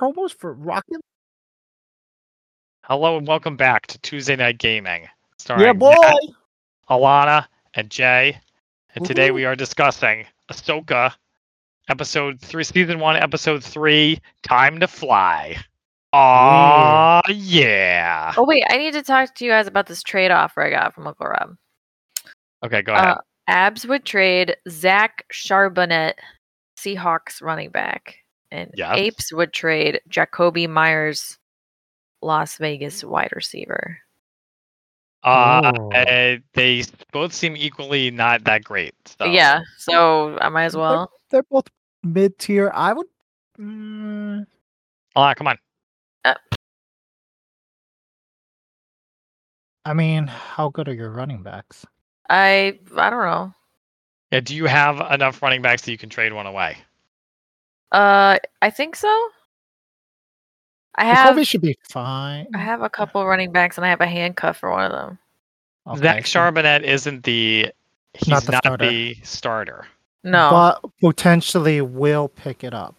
promos for Rocket? League? Hello and welcome back to Tuesday Night Gaming. Starring yeah, boy. Matt, Alana, and Jay. And today Woohoo. we are discussing Ahsoka, episode three, season one, episode three, Time to Fly. Aw, yeah. Oh wait, I need to talk to you guys about this trade offer I got from Uncle Rob. Okay, go ahead. Uh, Abs would trade Zach Charbonnet, Seahawks running back, and Yes. Apes would trade Jacoby Myers, Las Vegas wide receiver. Uh, Oh. uh, they both seem equally not that great. So. Yeah, so I might as well. They're both mid tier. I would. Mm, Alana, come on. I mean, how good are your running backs? I I don't know. Yeah, do you have enough running backs that you can trade one away? Uh, I think so. I have Jacoby should be fine. I have a couple running backs and I have a handcuff for one of them. Okay, Zach so- Charbonnet isn't the he's Not not the the, starter. starter. No, but potentially will pick it up.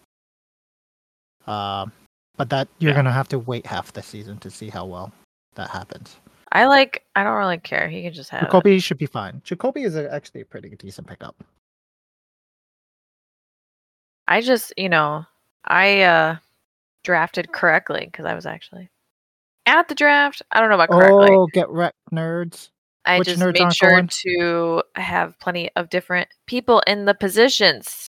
Um, but that you're Yeah. gonna have to wait half the season to see how well that happens. I like I don't really care. He can just have. it. Jacoby should be fine. Jacoby is a, actually a pretty decent pickup. I just, you know, I uh drafted correctly because I was actually at the draft. I don't know about correctly. Oh, get wrecked, nerds! I which just nerds made aren't sure going? to have plenty of different people in the positions.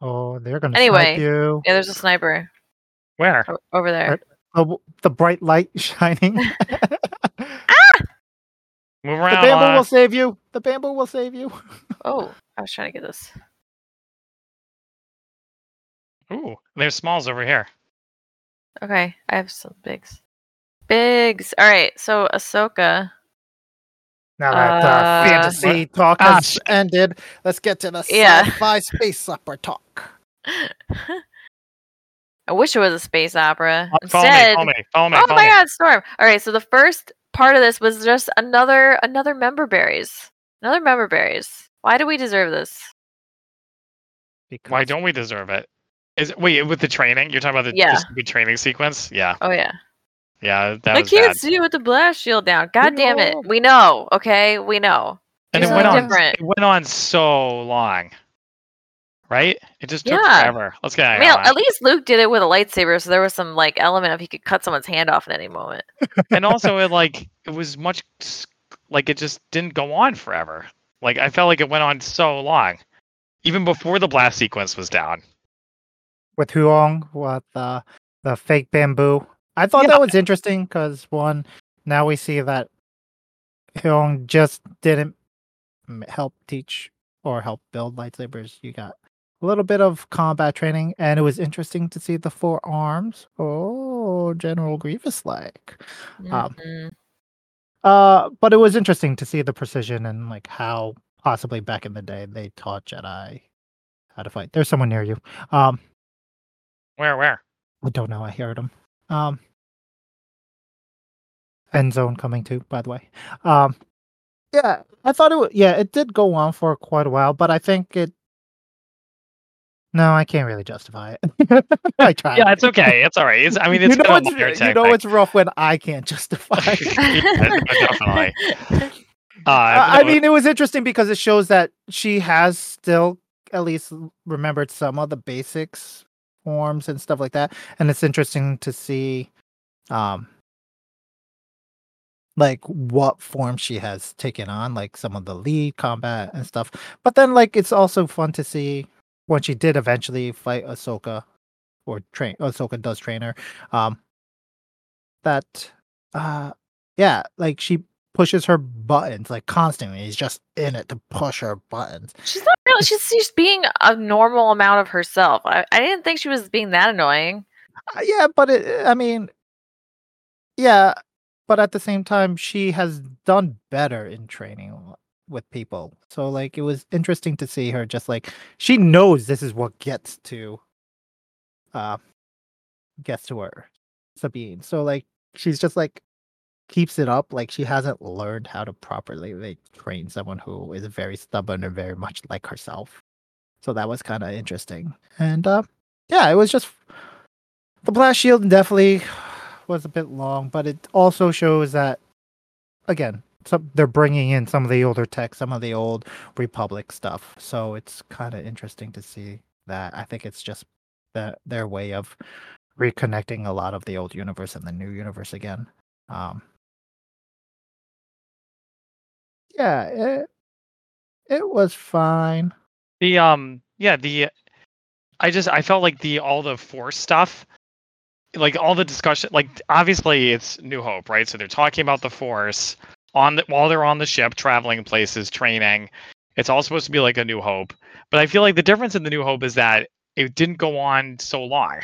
Oh, they're gonna Anyway, snipe you. Yeah, there's a sniper Where? o- over there. Right. The, the bright light shining. the Move around. bamboo will Alana. save you. The bamboo will save you. Oh, I was trying to get this. Ooh, there's smalls over here. Okay, I have some bigs. Bigs. All right, so Ahsoka. Now that uh, Uh, fantasy talk Ah, has ended, let's get to the Yeah. sci-fi space opera talk. I wish it was a space opera. Oh, Follow me, Instead, follow me, follow me, oh follow my me. god storm all right so the first part of this was just another another member berries another member berries why do we deserve this Why don't we deserve it? Is it, wait with the training? You're talking about the Yeah. the stupid training sequence? Yeah, oh yeah yeah, that i was bad. can't see you with the blast shield down god damn it know. we know okay we know And do it went something on. different. It went on so long, right? It just took Yeah. forever. Let's get out I of mean, here. at least Luke did it with a lightsaber, so there was some like element of he could cut someone's hand off at any moment. and also it like it was much s- like it just didn't go on forever like i felt like it went on so long even before the blast sequence was down with Huong with uh, the fake bamboo. I thought Yeah. that was interesting because one, now we see that Huong just didn't m- help teach or help build lightsabers. You got a little bit of combat training, and it was interesting to see the four arms. Oh, General Grievous like. Wow. Mhm. Uh, but it was interesting to see the precision and like how possibly back in the day they taught Jedi how to fight. There's someone near you. Um, where where I don't know. I heard him. Um, end zone coming too, by the way. Um, yeah, I thought it. wa- yeah, it did go on for quite a while, but I think it. No, I can't really justify it. I tried. yeah it's okay it's all right it's, i mean it's you know been a it's minor you know tactic. it's rough when I can't justify. it. Yeah, definitely. uh, I, I no, mean, it was interesting because it shows that she has still at least l- remembered some of the basics, forms, and stuff like that. And it's interesting to see, um, like what form she has taken on, like some of the lead combat and stuff. But then, like, it's also fun to see when she did eventually fight Ahsoka, or train Ahsoka does train her. Um, that, uh, yeah, like she pushes her buttons like constantly. He's just in it to push her buttons. she's not really. She's she's being a normal amount of herself. I, I didn't think she was being that annoying. Uh, yeah, but it, I mean, yeah, but at the same time, she has done better in training w- with people. So like, it was interesting to see her just like she knows this is what gets to, uh, gets to her, Sabine. So like, she's just like keeps it up like she hasn't learned how to properly like train someone who is very stubborn and very much like herself so that was kind of interesting and uh yeah it was just the blast shield definitely was a bit long, but it also shows that again, some, they're bringing in some of the older tech, some of the old Republic stuff. So it's kind of interesting to see that. I think it's just the, their way of reconnecting a lot of the old universe and the new universe again. Um, yeah, it, it was fine. The um yeah, the I just I felt like the all the force stuff like all the discussion like obviously it's New Hope, right? So they're talking about the force on the, while they're on the ship traveling places, training. It's all supposed to be like a New Hope. But I feel like the difference in the New Hope is that it didn't go on so long.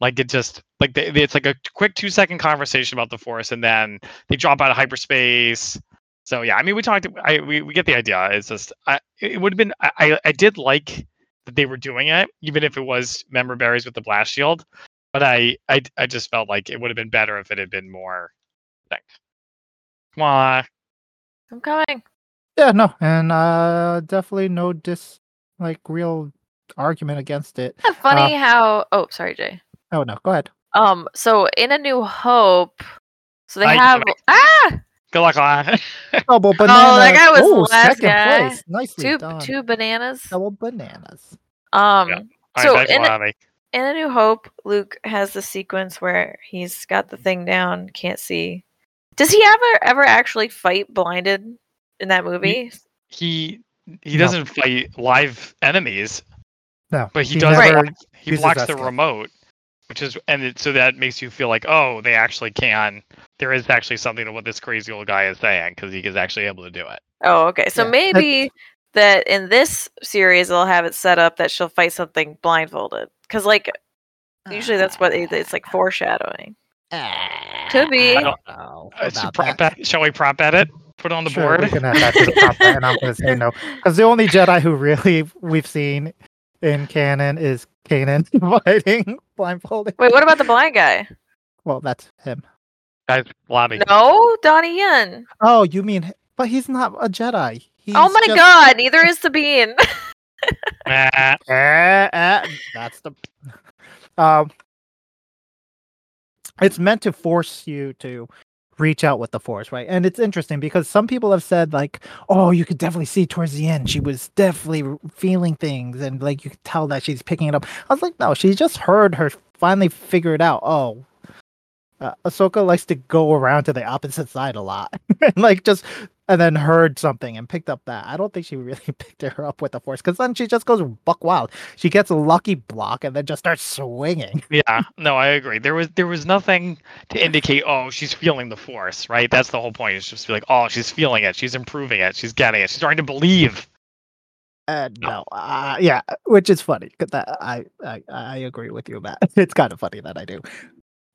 Like it just like they, it's like a quick 2 second conversation about the force and then they drop out of hyperspace. So yeah, I mean, we talked. I we, we get the idea. It's just I it would have been I I did like that they were doing it, even if it was member berries with the blast shield. But I I I just felt like it would have been better if it had been more. Like, come on. I'm coming. Yeah, no, and uh, definitely no dis like real argument against it. Isn't it funny how? Oh, sorry, Jay. Oh no, go ahead. Um, so in A New Hope, so they I- have ah Good luck, Lon. Double bananas. Oh, that guy was the Ooh, last second guy. place. Nicely two done. two bananas. Double bananas. Um, Yeah. So, All right, back to in- Lonnie. in A New Hope, Luke has the sequence where he's got the thing down, can't see. Does he ever ever actually fight blinded in that movie? he No. he doesn't fight live enemies, No, but he, does. never block- he uses blocks that the skill. remote, which is and it, so that makes you feel like oh they actually can. There is actually something to what this crazy old guy is saying because he is actually able to do it. Oh, okay. So Yeah, that's- maybe that in this series they'll have it set up that she'll fight something blindfolded. Because like usually that's what it, it's Ah. like foreshadowing. Could be. I don't know Uh, so about prop that. bet- shall we prop edit? Put it on the Sure, board. we can add that to the prop bet, and I'm going to say no because the only Jedi who really we've seen in canon is Kanan fighting blindfolded. Wait, what about the blind guy? Well, that's him. Guys, Lonnie. No, Donnie Yen. Oh, you mean? But he's not a Jedi. He's oh my just- god, neither is Sabine. Nah. Eh, eh, that's the. Um, it's meant to force you to reach out with the force, right? And it's interesting because some people have said like, "Oh, you could definitely see towards the end she was definitely r- feeling things, and like you could tell that she's picking it up." I was like, "No, she just heard her finally figure it out." Oh. Uh, Ahsoka likes to go around to the opposite side a lot, and like just and then heard something and picked up that. I don't think she really picked her up with the force because then she just goes buck wild. She gets a lucky block and then just starts swinging. Yeah, no, I agree. There was there was nothing to indicate. Oh, she's feeling the force, right? That's the whole point. It's just be like, oh, she's feeling it. She's improving it. She's getting it. She's starting to believe. And no, uh, yeah, which is funny. 'cause that, I, I I agree with you, Matt. It's kind of funny that I do.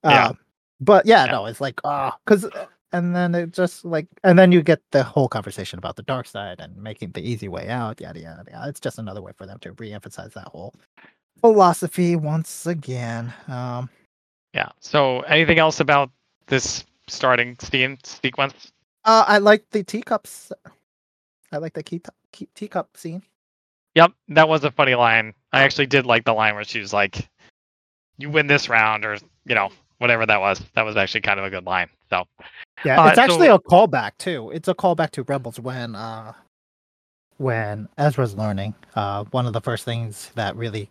Yeah. Um, but yeah, Yeah. no, it's like ah, because and then it just like and then you get the whole conversation about the dark side and making the easy way out. Yada yada yada. It's just another way for them to re-emphasize that whole philosophy once again. Um, Yeah. So, anything else about this starting scene sequence? Uh, I like the teacups. I like the key key- teacup scene. Yep, that was a funny line. I actually did like the line where she was like, "You win this round," or you know, whatever that was. That was actually kind of a good line. So, Yeah, Uh, it's actually so- a callback too. It's a callback to Rebels when uh when Ezra's learning. Uh, one of the first things that really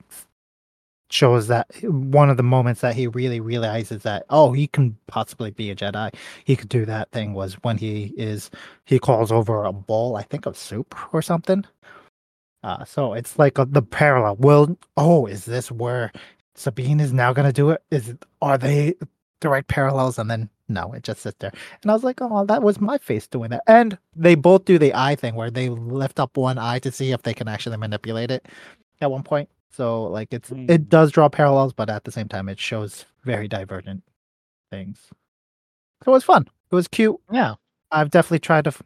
shows that one of the moments that he really realizes that oh he can possibly be a Jedi. He could do that thing was when he is he calls over a bowl I think of soup or something. Uh, so it's like a, the parallel. Will oh is this where Sabine is now gonna do it? Is it, are they direct parallels? And then no, it just sits there. And I was like, oh, that was my face doing that. And they both do the eye thing where they lift up one eye to see if they can actually manipulate it at one point. So like it's Hmm. it does draw parallels, but at the same time it shows very divergent things. So it was fun. It was cute. yeah, I've definitely tried to f-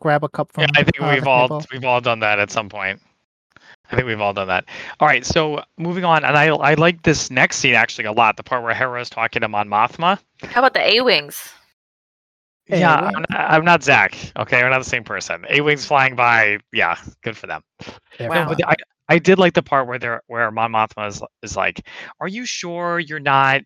grab a cup from. yeah. I think uh, we've the all table. we've all done that at some point. I think we've all done that. All right, so moving on, and I I like this next scene actually a lot. The part where Hera's talking to Mon Mothma. How about the A Wings? Hey, yeah, wait. I'm not, I'm not Zach. Okay, we're not the same person. A wings flying by. Yeah, good for them. They're Wow. No, fun. but I, I did like the part where they're where Mon Mothma is, is like, "Are you sure you're not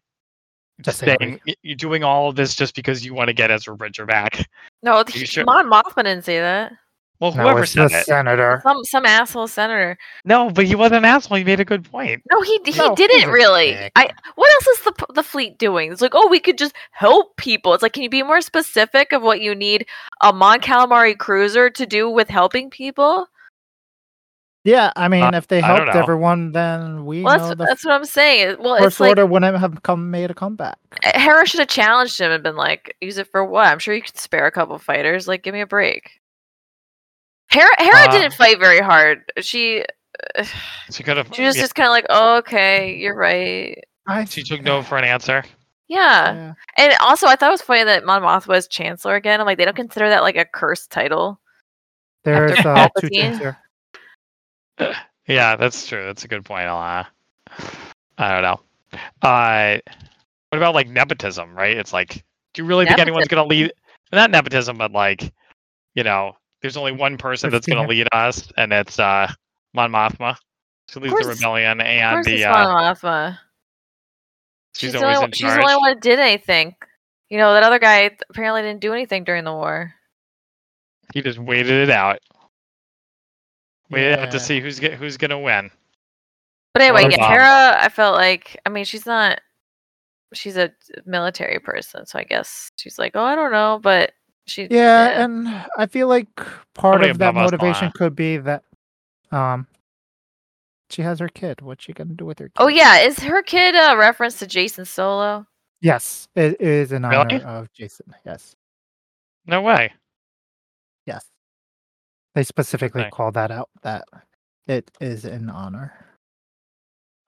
Just say saying you're doing all of this just because you want to get Ezra Bridger back?" No, You he- sure? Mon Mothma didn't say that. Well, No, whoever it's said the it. senator. Some some asshole senator. No, but he was an asshole. He made a good point. No, he he No, he's didn't a really. dick. I what else is the p- the fleet doing? It's like, oh, we could just help people. It's like, can you be more specific of what you need a Mon Calamari cruiser to do with helping people? Yeah, I mean, Uh, if they I don't helped know. everyone, then we Well, know that's, the that's what I'm saying. Well, First it's like Order wouldn't have come made a comeback. Hera should have challenged him and been like, use it for what? I'm sure you could spare a couple fighters. Like, give me a break. Hera, Hera Uh, didn't fight very hard. She She could have. she was just kind of like, oh, okay, you're right. I she took no for an answer. Yeah. yeah. And also, I thought it was funny that Mon Mothma is Chancellor again. I'm like, they don't consider that like a cursed title. There's After uh, two Palpatine. things here. Yeah, that's true. That's a good point, Alana. I don't know. Uh, what about like nepotism? Right? It's like, do you really think anyone's going to lead? Not nepotism, but like, you know, there's only one person that's going Christina. to lead us, and it's uh, Mon Mothma. She leads the course- rebellion, Of and course, the it's uh, Mon Mothma. she's, the always only, one- in she's the only charge. one that did anything. You know, that other guy th- apparently didn't do anything during the war. He just waited it out. Waited out Yeah. to see who's get, who's going to win. But What anyway, about- yeah, Hera, I felt like I mean, she's not she's a military person, so I guess she's like, Oh, I don't know, but she Yeah, and I feel like part Somebody of that above us don't motivation wanna- could be that um she has her kid. What's she gonna do with her kid? Oh yeah, is her kid a reference to Jason Solo? Yes, it is in honor Really? of Jason. Yes. No way. Yes. They specifically Okay. call that out that it is in honor.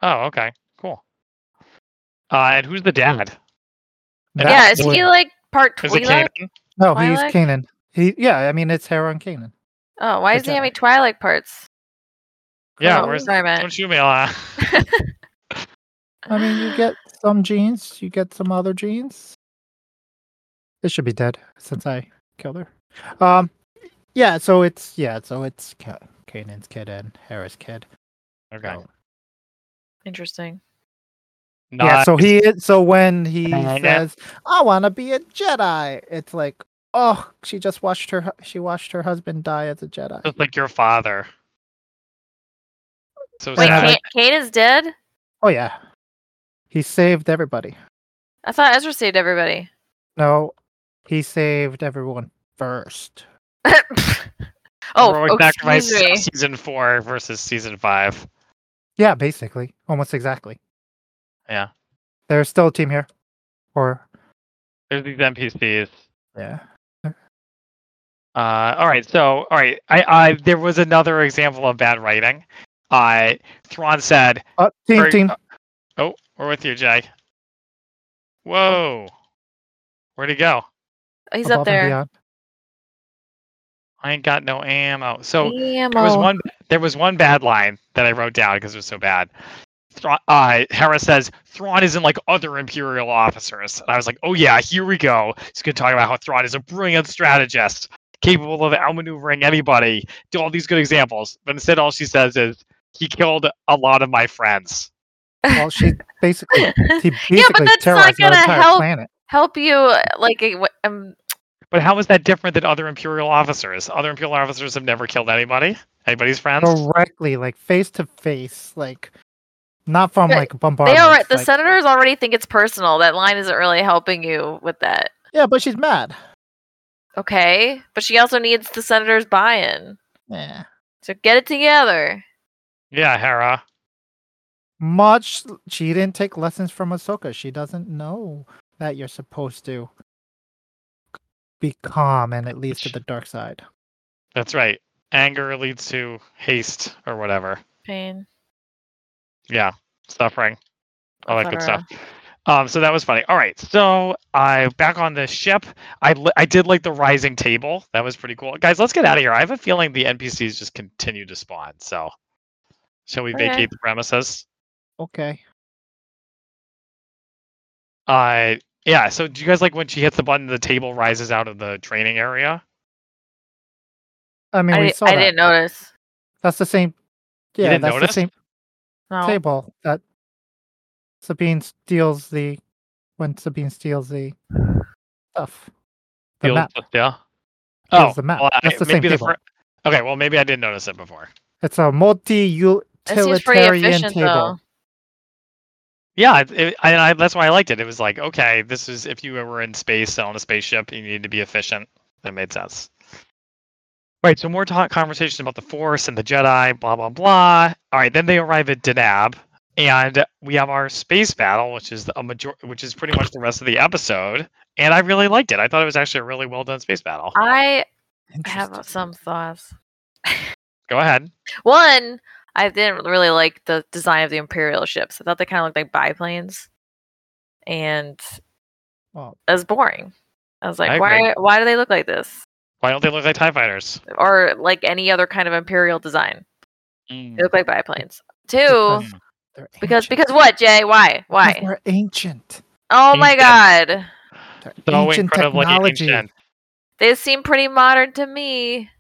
Oh, okay, cool. Uh, and who's the dad? That yeah, is he would- like part Is it Twi'lek? Kanan? No, he's Twi'lek? Kanan. He yeah, I mean it's Hera and Kanan. Oh, why The does he have Jedi. any Twilight parts? Yeah, oh, where's sorry, Matt. Don't shoot me, Alana. I mean you get some genes, you get some other genes. This should be dead since I killed her. Um yeah, so it's yeah, so it's Ka- Kanan's kid and Hera's kid. Okay. So- Interesting. Yeah, so Nice. he is- so when he Yeah. says, "I want to be a Jedi," it's like, oh, she just watched her hu- she watched her husband die as a Jedi. just like your father. So Wait, sad. Kane, Kane is dead? Oh yeah, he saved everybody. I thought Ezra saved everybody. No, he saved everyone first. oh, Heroic oh, Sacrifice excuse me. season four versus season five. Yeah, basically, almost exactly. Yeah. there's still a team here, or There's these NPCs. yeah, Uh, all right, so all right, I, I there was another example of bad writing. Uh, Thrawn said, uh, team Very- team. "Oh, we're with you, Jay." Whoa, where'd he go? Oh, He's up above and there. beyond. I ain't got no ammo. So There was Ammo. one. There was one bad line that I wrote down because it was so bad. Thra- uh, Hera says Thrawn isn't like other Imperial officers, and I was like, "Oh yeah, here we go." He's gonna talk about how Thrawn is a brilliant strategist, capable of outmaneuvering anybody. Do all these good examples, but instead, all she says is, "He killed a lot of my friends." Well, she basically he basically Yeah, but that's not terrorized our gonna entire help. planet. Help you, uh, like, a- wh- um, But how is that different than other Imperial officers? Other Imperial officers have never killed anybody, anybody's friends. Oh. directly, like face to face, like not from But like bombardment. they are the senators already think it's personal. That line isn't really helping you with that. Yeah, but she's mad. Okay, but she also needs the senators' buy-in. Yeah. So get it together. Yeah, Hera. Much she didn't take lessons from Ahsoka. She doesn't know that you're supposed to be calm and it leads to the dark side. That's right. Anger leads to haste or whatever. Pain. Yeah, suffering. all that good etc. stuff. Um, so that was funny. All right, so I back on the ship. I li- I did like the rising table. That was pretty cool, guys. Let's get out of here. I have a feeling the NPCs just continue to spawn. So, shall we Okay. vacate the premises? Okay. Uh, yeah. So, do you guys like when she hits the button, the table rises out of the training area? I mean, I, we di- saw I that. didn't notice. That's the same Yeah, didn't that's notice? the same No. table that Sabine steals the when Sabine steals the stuff. The Field- map. Yeah. Here's Oh, the map. well, I- That's the same maybe table. fir- okay, well maybe I didn't notice it before. It's a That seems pretty multi-utilitarian efficient, table. though. Yeah, it, it, and I, that's why I liked it. It was like, okay, this is if you were in space on a spaceship, you need to be efficient. That made sense. Right. So more ta- conversations about the Force and the Jedi, blah blah blah. All right. Then they arrive at Denab, and we have our space battle, which is the- a major, which is pretty much the rest of the episode. And I really liked it. I thought it was actually a really well done space battle. Uh, I have Interesting. some thoughts. Go ahead. One, I didn't really like the design of the Imperial ships. I thought they kind of looked like biplanes, and Well, it was boring. I was like, I agree. why? Why do they look like this? Why don't they look like Tie Fighters? Or like any other kind of Imperial design? They look like biplanes. Two, because they're because ancient. because what, Jay? Why? Because Why? They're ancient. Oh my god, They're So ancient incredibly technology. ancient. they seem pretty modern to me.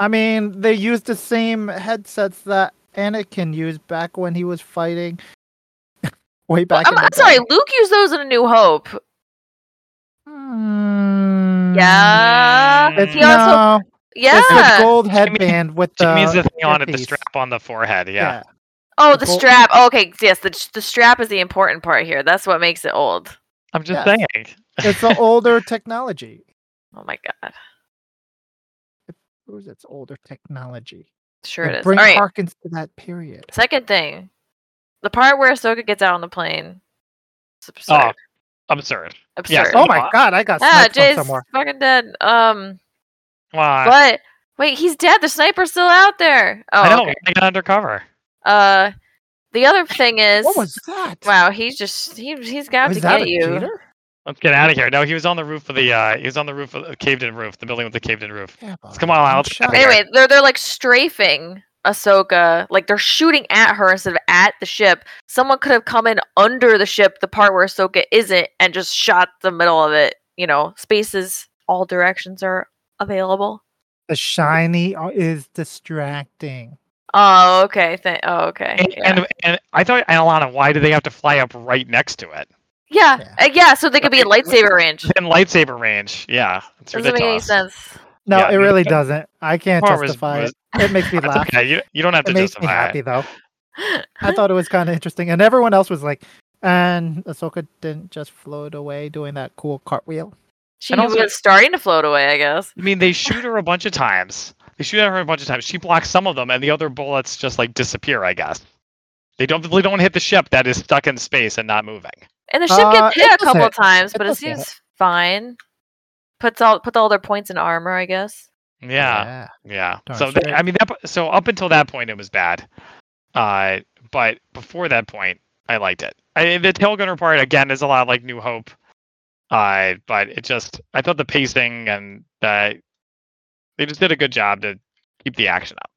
I mean, they use the same headsets that Anakin used back when he was fighting. Way back. I'm, in the I'm day. sorry, Luke used those in A New Hope. Hmm. Yeah. It's He no. also- Yeah. It's Mm. the gold headband with She the. means the thing on it, the headpiece. strap on the forehead. Yeah. Oh, The the gold- strap. Oh, okay, yes, the the strap is the important part here. That's what makes it old. I'm just Yes. saying. It's the older technology. Oh my god, Who's it's older technology? sure it It is. All Bring right. Harkins to that period. Second thing, the part where Ahsoka gets out on the plane. It's Oh, absurd. absurd. absurd. yes. Oh my Wow. god! I got Ah, sniped from Jay's somewhere. fucking dead. Um, Why? but wait, he's dead. The sniper's still out there. Oh, I know. okay. They got undercover. Uh, the other thing is, What was that? wow, he's just he he's got was to that get a you. gator? Let's get out of here. No, he was on the roof of the. Uh, he was on the roof of the caved-in roof, the building with the caved-in roof. Yeah, Come on, I'm let's get shocked. there. Anyway, they're they're like strafing Ahsoka, like they're shooting at her instead of at the ship. Someone could have come in under the ship, the part where Ahsoka isn't, and just shot the middle of it. You know, spaces, all directions are available. The shiny o- is distracting. Oh, okay. Th- oh, okay. And, yeah. and and I thought, Alana, why do they have to fly up right next to it? yeah, Yeah. uh, yeah. So they could be in lightsaber range. In lightsaber range. Yeah, it's Doesn't make any ridiculous. sense. No, Yeah, it you really know- doesn't. I can't Part was- justify was- it. It makes me That's laugh. okay. You, you don't have to It makes me justify happy it. though. I thought it was kind of interesting, and everyone else was like, "And Ahsoka didn't just float away doing that cool cartwheel." She And also- was starting to float away, I guess. I mean, they shoot her a bunch of times. They shoot at her a bunch of times. She blocks some of them, and the other bullets just like disappear. I guess they don't they don't hit the ship that is stuck in space and not moving. And the ship Uh, gets hit it a does couple hit. times, It but it does hit. seems fine. Puts all puts all their points in armor, I guess. Yeah. Yeah. Darn so that, straight. I mean, that, p- so up until that point, it was bad. Uh, but before that point, I liked it. I, the tailgunner part again is a lot like New Hope. Uh, but it just I thought the pacing and uh, they just did a good job to keep the action up.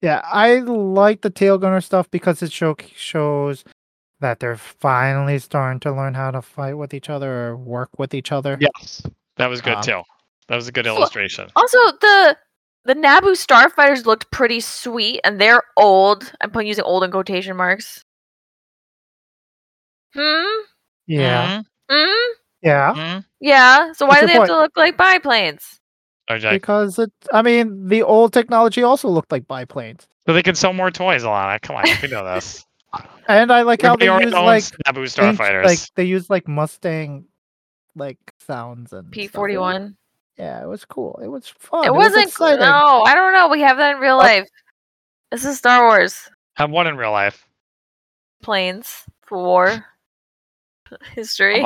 Yeah, I like the tail gunner stuff because it show- shows that they're finally starting to learn how to fight with each other or work with each other. Yes, that was good Um, too. That was a good So- illustration. Also, the the Naboo starfighters looked pretty sweet, and they're old. I'm putting using old in quotation marks. Hmm. Yeah. Uh-huh. Hmm. Yeah. Mhm. Yeah. So What's your why do they have point? to look like biplanes? Oh, Jack. Because it I mean, the old technology also looked like biplanes. So they can sell more toys, Alana. Come on, we know this. And I like how Everybody they already use like owns Naboo inch- Starfighters. like they use like Mustang like sounds and P stuff. It forty one. was- Yeah, it was cool. It was fun. It wasn't. was exciting. Oh. no, I don't know. We have that in real Up- life. This is Star Wars Have one in real life. planes for war history.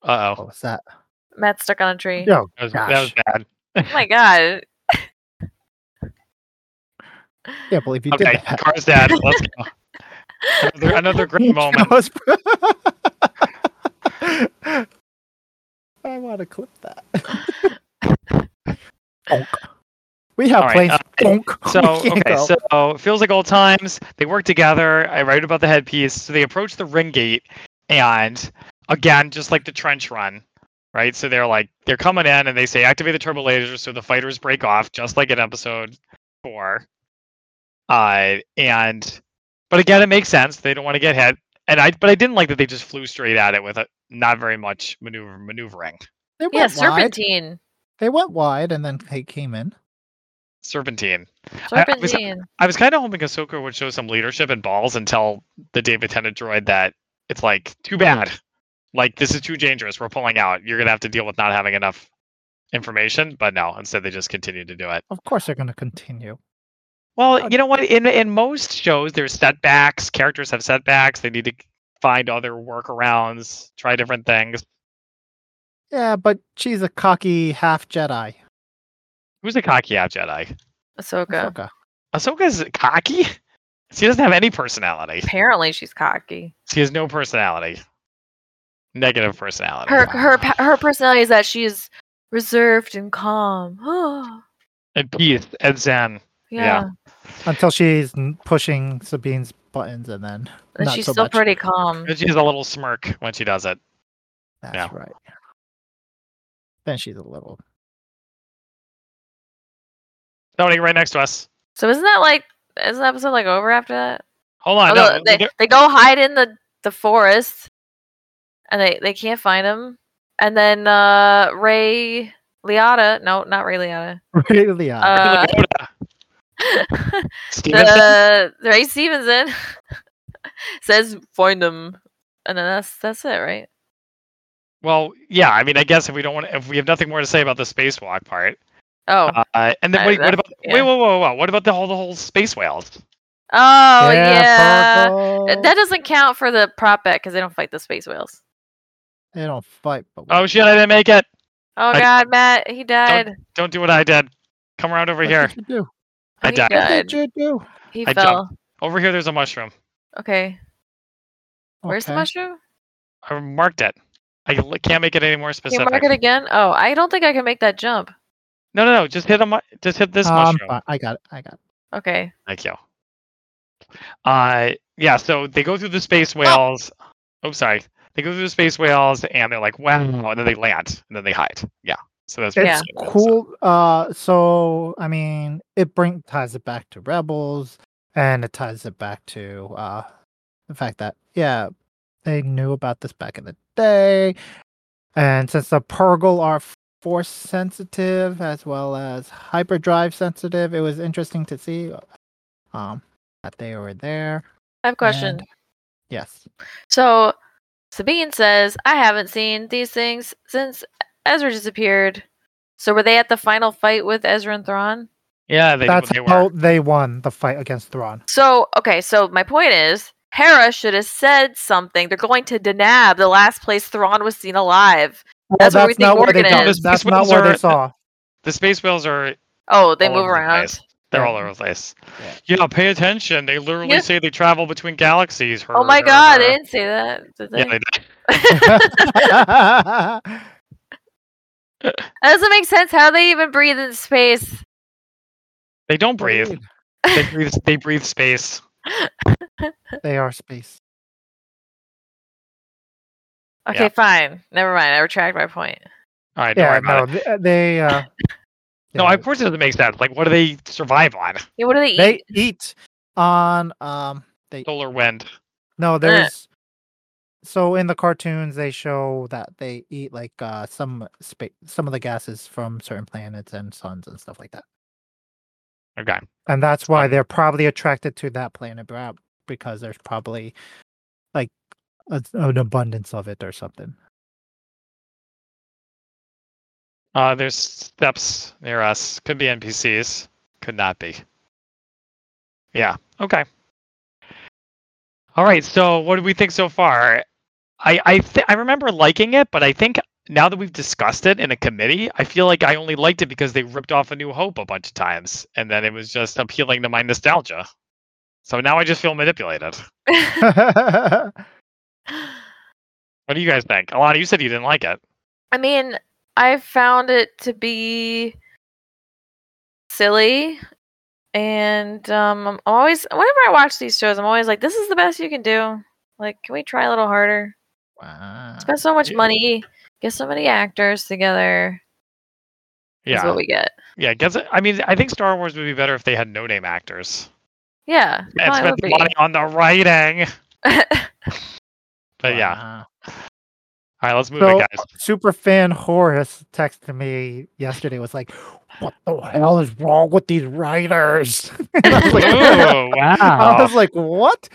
Uh oh. What was that? Matt stuck on a tree. Yo, That was, that was Gosh. bad. Oh my god. can't believe you okay, did that. car's dad. Let's go. Another, another great moment. Jaws- I want to clip that. Bonk. We have All right, planes. uh, Bonk. So We can't okay, go. so it feels like old times. They work together. I write about the headpiece. So they approach the ring gate, and again, just like the trench run, right? So they're like they're coming in, and they say activate the turbo lasers, so the fighters break off, just like in episode four. Uh, and but again, it makes sense. They don't want to get hit. And I but I didn't like that they just flew straight at it with a, not very much maneuver maneuvering. They Yeah, went wide. serpentine. They went wide and then they came in. Serpentine. I- I was- Serpentine. I was kind of hoping Ahsoka would show some leadership and balls and tell the David Tennant droid that it's like too bad, like this is too dangerous. We're pulling out. You're gonna have to deal with not having enough information. But no, instead they just continue to do it. Of course, they're going to continue. Well, God. you know what? In in most shows, there's setbacks. Characters have setbacks. They need to find other workarounds, try different things. Yeah, but she's a cocky half Jedi. Who's a cocky app Jedi? Ahsoka. Ahsoka. Ahsoka's cocky. She doesn't have any personality. Apparently, she's cocky. She has no personality. Negative personality. Her her pa- her personality is that she's reserved and calm. and peace and zen. yeah. Until she's n- pushing Sabine's buttons, and then And Not she's so still much. pretty calm. And she has a little smirk when she does it. that's Yeah. right. Then she's a little. Somebody right next to us. So isn't that like isn't the episode like over after that? Hold on. Although No, they, there- they go hide in the, the forest and they, they can't find him. And then uh Ray Liotta, no, not Ray Liotta. Really odd. Uh, Dakota Stevenson. the, Uh, Ray Stevenson says find him. And then that's that's it, right? well, yeah. I mean, I guess if we don't want, if we have nothing more to say about the spacewalk part, Oh. Uh, and then I- wait, what that's- about yeah. wait, whoa, whoa, whoa, what about the whole the whole space whales? oh yeah. purple. That doesn't count for the prop bet because they don't fight the space whales. They don't fight, but Oh shit, I didn't make it. Oh I- god, Matt, he died. Don't do what I did. Come around over what here. did you do? I he What died. died. did you do? He I fell. Over here, there's a mushroom. Okay. Where's the Okay. mushroom? I marked it. I l- can't make it any more Can you specific. mark it again? Oh, I don't think I can make that jump. No, no, no. Just hit a mu- just hit this Um, mushroom. fi- I got it. I got it. Okay. Thank you. Uh, yeah. So they go through the space whales. Oh, sorry. They go through the space whales, and they're like, wow, Hmm. and then they land, and then they hide. Yeah. So that's It's Yeah. cool. Uh, so I mean, it bring ties it back to Rebels, and it ties it back to uh, the fact that yeah, they knew about this back in the day, and since the Purgle are force sensitive as well as hyperdrive sensitive, it was interesting to see um that they were there. I have a question. and- yes. So Sabine says, I haven't seen these things since Ezra disappeared. So were they at the final fight with Ezra and Thrawn? Yeah, they, That's they were. how they won the fight against Thrawn. So okay, so my point is Hera should have said something. They're going to Danab, the last place Thrawn was seen alive. That's where we think Morgan they is. That's These not ones what they are- saw. The space whales are Oh, they All move over the around. place. They're Yeah. all over the place. Yeah. Yeah, pay attention. They literally Yeah. say they travel between galaxies. Oh my Her- god, her- I didn't say that. did Yeah, they? they, That doesn't make sense. How do they even breathe in space? they don't breathe. They breathe. They breathe space. they are space. Okay, Yeah. fine. Never mind. I retract my point. All right, don't worry Yeah, about no, it. they. they uh, No, yeah, of course it doesn't make sense. Like, what do they survive on? Yeah, what do they eat? they eat on um. They Solar wind. no, Eh. there's. So in the cartoons, they show that they eat like uh some space, some of the gases from certain planets and suns and stuff like that, Okay. and that's why they're probably attracted to that planet, prob- because there's probably like a, an abundance of it or something. Uh, there's steps near us. Could be NPCs. Could not be. Yeah. Okay. All right. So, what do we think so far? I I th- I remember liking it, but I think now that we've discussed it in a committee, I feel like I only liked it because they ripped off A New Hope a bunch of times, and then it was just appealing to my nostalgia. So now I just feel manipulated. What do you guys think? Alana, you said you didn't like it. I mean, I found it to be silly, and um, I'm always whenever I watch these shows, I'm always like, "This is the best you can do." Like, can we try a little harder? wow. Spend so much Yeah. money, get so many actors together. Is Yeah. what we get. Yeah. Guess I mean, I think Star Wars would be better if they had no name actors. Yeah. and probably spent would the be. money on the writing. But yeah, Wow. all right, let's move So, it, guys. super fan Horace texted me yesterday was like, "What the hell is wrong with these writers?" And I was like, Ooh, I wow. was like, "What?"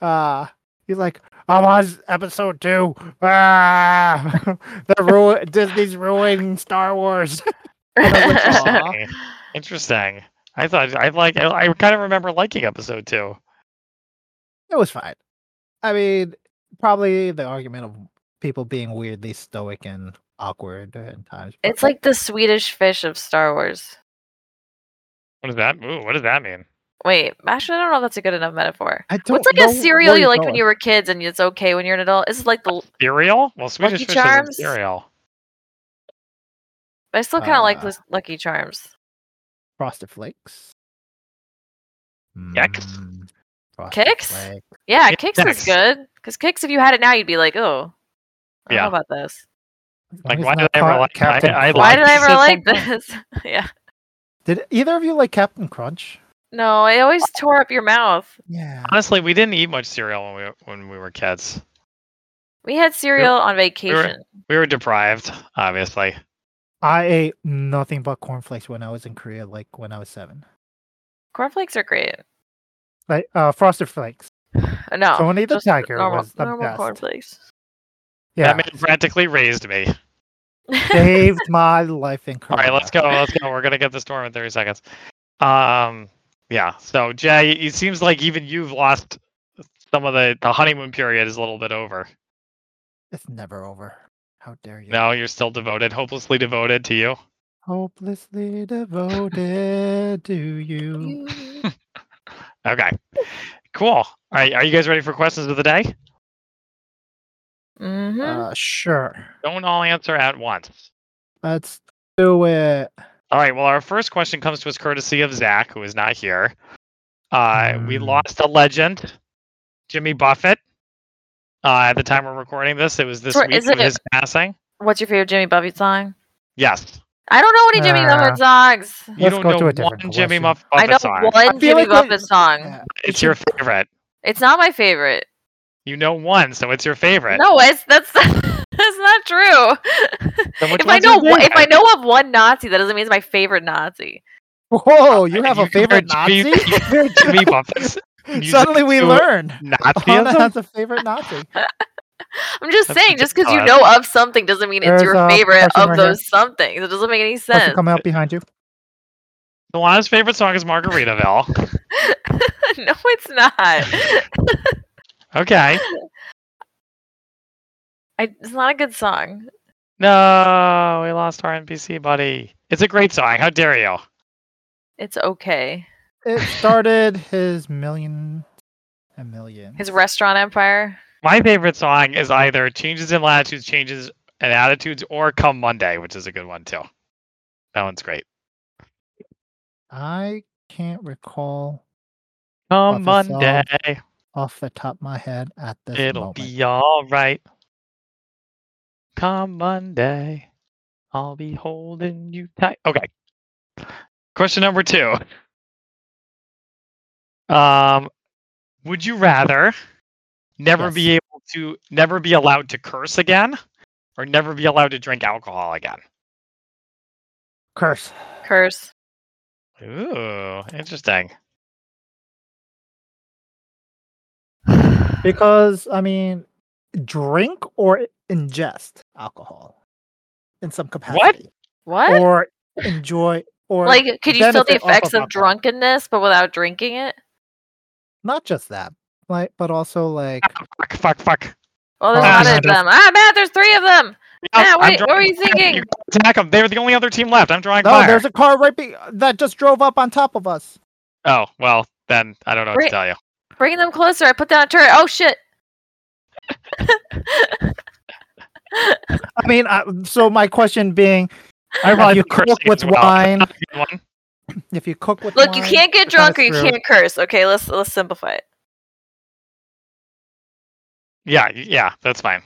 Uh, he's like, "I'm on s- episode two. Ah, the ru- Disney's ruining Star Wars." And I was like, "Aw." Okay. Interesting. I thought I like. I, I kind of remember liking episode two. it was fine. I mean, probably the argument of people being weirdly stoic and awkward at times. but, It's like the Swedish fish of Star Wars. What does that? Ooh, what does that mean? Wait, actually, I don't know if that's a good enough metaphor. I What's don't like a know cereal where you you're liked when going. you were kids and it's okay when you're an adult? It's like the. Cereal? Well, Swedish Lucky fish isn't Charms? cereal. I still kind of like Uh, this Lucky Charms. Frosted Flakes. Yikes. Mm, Frosted Kicks? Flakes. Yeah, Yeah, Kix Kix. is good. Because Kix, if you had it now, you'd be like, oh, I don't Yeah. know about this. As Like, long as why it's did not I ever Ca- like- I- Captain I Crunch. Why like did I this ever at like some this? yeah. Did either of you like Captain Crunch? No, it always tore up your mouth. Yeah. Honestly, we didn't eat much cereal when we were- when we were kids. We had cereal on vacation. We were deprived, obviously. I ate nothing but cornflakes when I was in Korea, like when I was seven. Cornflakes are great. Like uh, Frosted Flakes. Uh, No. Tony the just the Tiger normal, was the normal best. cornflakes. Yeah. That man practically raised me. saved my life in All Korea. right, let's go. Let's go. We're gonna get this storm in 30 seconds. Um, yeah. So Jay, it seems like even you've lost some of the the honeymoon period is a little bit over. It's never over. How dare you? No, you're still devoted, hopelessly devoted to you. Hopelessly devoted to you. You- Okay. Cool. All right. Are you guys ready for questions of the day? Mhm. Uh, sure. Don't all answer at once. Let's do it. All right. Well, our first question comes to us courtesy of Zach, who is not here. Uh, We Mm. lost a legend, Jimmy Buffett. Uh, at the time we're recording this, it was this Sure, week isn't of it- his passing. What's your favorite Jimmy Buffett song? Yes. I don't know any Jimmy Uh, Buffett songs. You Let's don't go know to a different one Jimmy question. Muff- I Buffett know song. I one feel Jimmy like I- Buffett song. Yeah. It's your favorite. It's not my favorite. You know one, so it's your favorite. No, it's that's that's not true. Then which if I one's know your one- if I favorite? know of one Nazi, that doesn't mean it's my favorite Nazi. Whoa, you have You a favorite compared Jimmy- Nazi? you compared Jimmy Buffett's music Suddenly we to learn. Hana Nazism. has a favorite Nazi. I'm just That's saying, just because you ridiculous. know of something doesn't mean There's it's your a favorite person of right here. those somethings. It doesn't make any Person sense. coming up behind you. Milana's favorite song is Margaritaville. no, it's not. Okay. I, it's not a good song. No, we lost our NPC buddy. It's a great song. How dare you? It's okay. It started his million, a million. His restaurant empire. My favorite song is either Changes in Latitudes, Changes in Attitudes, or Come Monday, which is a good one too. That one's great. I can't recall Come Love the song. Monday, off the top of my head at this it'll moment. be all right. Come Monday, I'll be holding you tight. Okay. Question number two. Um, would you rather never Yes. be able to, never be allowed to curse again, or never be allowed to drink alcohol again? Curse. Curse. Ooh, interesting. Because I mean, drink or ingest alcohol in some capacity, What? or enjoy, or like, could you feel the benefit off effects of of, alcohol. drunkenness but without drinking it? not just that, like, but also like Fuck, fuck, fuck. Well, there's Oh, not yeah, of that's- them. Ah, Matt, there's three of them. Yeah, I'm wait, what drawing were you fire. thinking? You gotta attack them. They're the only other team left. I'm drawing no, fire. there's a car right be- that just drove up on top of us. Oh, well, then I don't know what to Great. tell you. Bring them closer. I put down a turret. Oh shit. I mean, I, so my question being, I if you cook with wine, One. if you cook with Look, you wine, can't get you're kinda drunk or you screwed. can't curse. Okay, let's let's simplify it. Yeah, y- yeah, that's fine.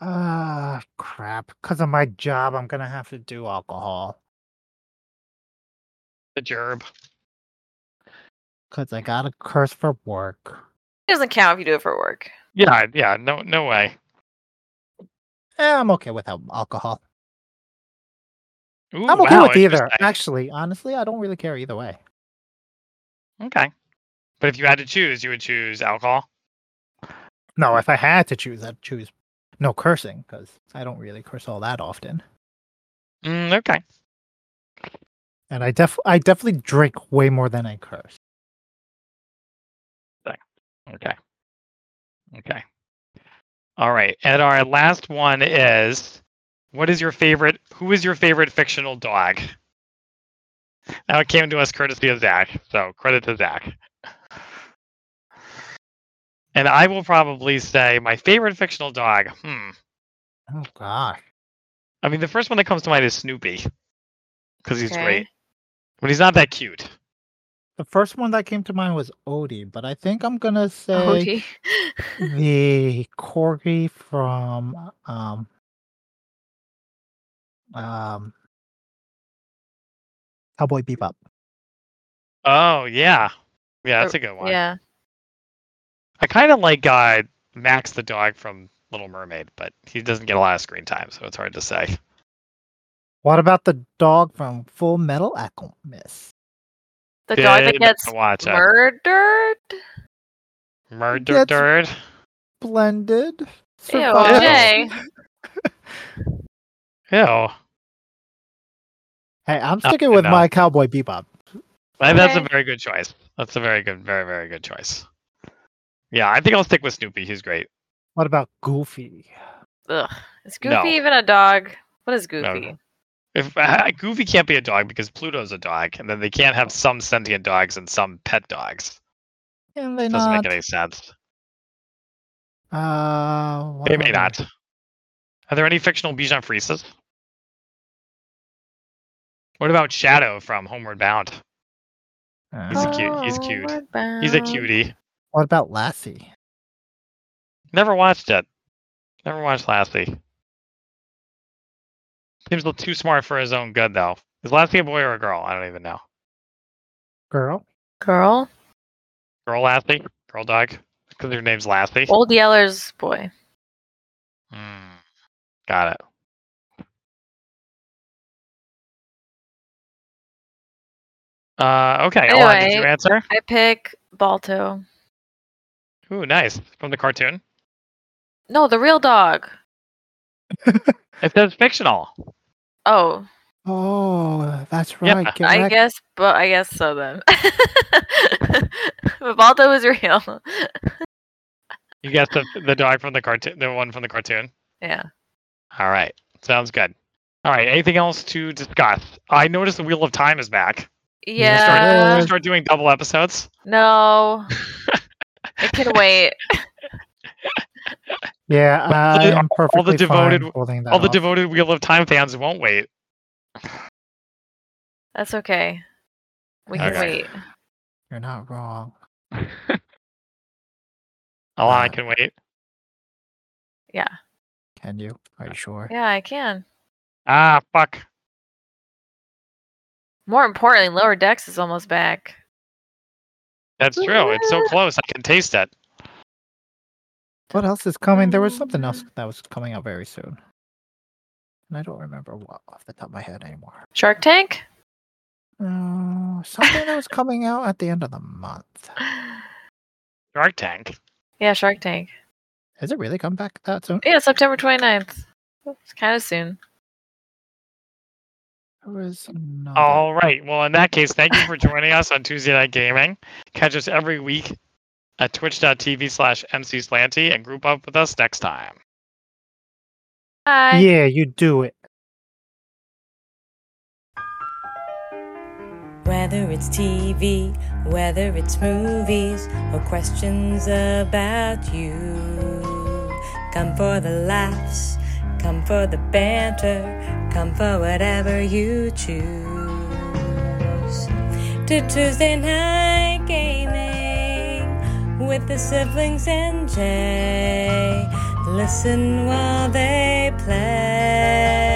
Ah, crap. Because of my job, I'm going to have to do alcohol. The gerb. because I got a curse for work. It doesn't count if you do it for work. Yeah, yeah, no, no way. Eh, I'm okay without alcohol. Ooh, I'm okay wow, with either. interesting. Actually, honestly, I don't really care either way. Okay, but if you had to choose, you would choose alcohol. No, if I had to choose, I'd choose no cursing because I don't really curse all that often. Mm, okay, And I def I definitely drink way more than I curse. okay, okay. All right, and our last one is, what is your favorite? Who is your favorite fictional dog? Now it came to us courtesy of Zach, so credit to Zach. And I will probably say my favorite fictional dog. Hmm. Oh gosh. I mean, the first one that comes to mind is Snoopy, because he's Okay. great, but he's not that cute. The first one that came to mind was Odie, but I think I'm gonna say Odie. the corgi from um um Cowboy Bebop. Oh yeah, yeah, that's a good one. yeah. I kind of like uh, Max the dog from Little Mermaid, but he doesn't get a lot of screen time, so it's hard to say. What about the dog from Full Metal Alchemist? The dog that Did gets watch it. murdered? murdered. Blended. Ew, Jay. Ew, Hey, I'm Uh, sticking with no. my Cowboy Bebop. And that's a Okay. very good choice. That's a very good, very very good choice. Yeah, I think I'll stick with Snoopy. He's great. What about Goofy? Ugh. Is Goofy No. even a dog? What is Goofy? no. If Goofy can't be a dog because Pluto's a dog, and then they can't have some sentient dogs and some pet dogs. Can they Doesn't not? make any sense. Uh, what They may about- not. Are there any fictional Bichon Frises? What about Shadow from Homeward Bound? He's a Uh, cute- he's cute. Homeward He's a bound. cutie. What about Lassie? Never watched it. Never watched Lassie. Seems a little too smart for his own good, though. Is Lassie a boy or a girl? I don't even know. Girl? Girl. Girl Lassie? Girl dog? Because her name's Lassie? Old Yeller's boy. Hmm. Got it. Uh, okay. Ellen, did you Anyway. answer? I pick Balto. Ooh, nice. From the cartoon. No, the real dog. It says fictional. Oh, Oh, that's Yeah, right. get I wrecked. guess, but I guess so then. but Balto is real. You guessed the, the dog from the cartoon, the one from the cartoon. Yeah. All right. Sounds good. All right. Anything else to discuss? I noticed the Wheel of Time is back. Yes, Start, it should we Yeah. is. start doing double episodes. No. It can wait. Yeah, But the- I am perfectly all the devoted- fine holding that All the off. devoted Wheel of Time fans won't wait. That's okay. We can Okay. wait. You're not wrong. Alana Uh, can wait. Can you? Are you sure? Yeah, I can. Ah, fuck. More importantly, Lower Decks is almost back. That's true. It's so close. I can taste it. What else is coming? There was something else Mm. that was coming out very soon. And I don't remember what off the top of my head anymore. Shark Tank? Uh, something that was coming out at the end of the month. Shark Tank. Yeah, Shark Tank. Has it really come back that soon? Yeah, September 29th. It's kind of soon. There was another- All right. Well, in that case, thank you for joining us on Tuesday Night Gaming. Catch us every week at twitch.tv slash mcslanty and group up with us next time. Bye. Yeah, you do it. Whether it's TV, whether it's movies, or questions about you. Come for the laughs, come for the banter, come for whatever you choose. To Tuesday Night Gaming with the siblings and Jay. Listen while they play.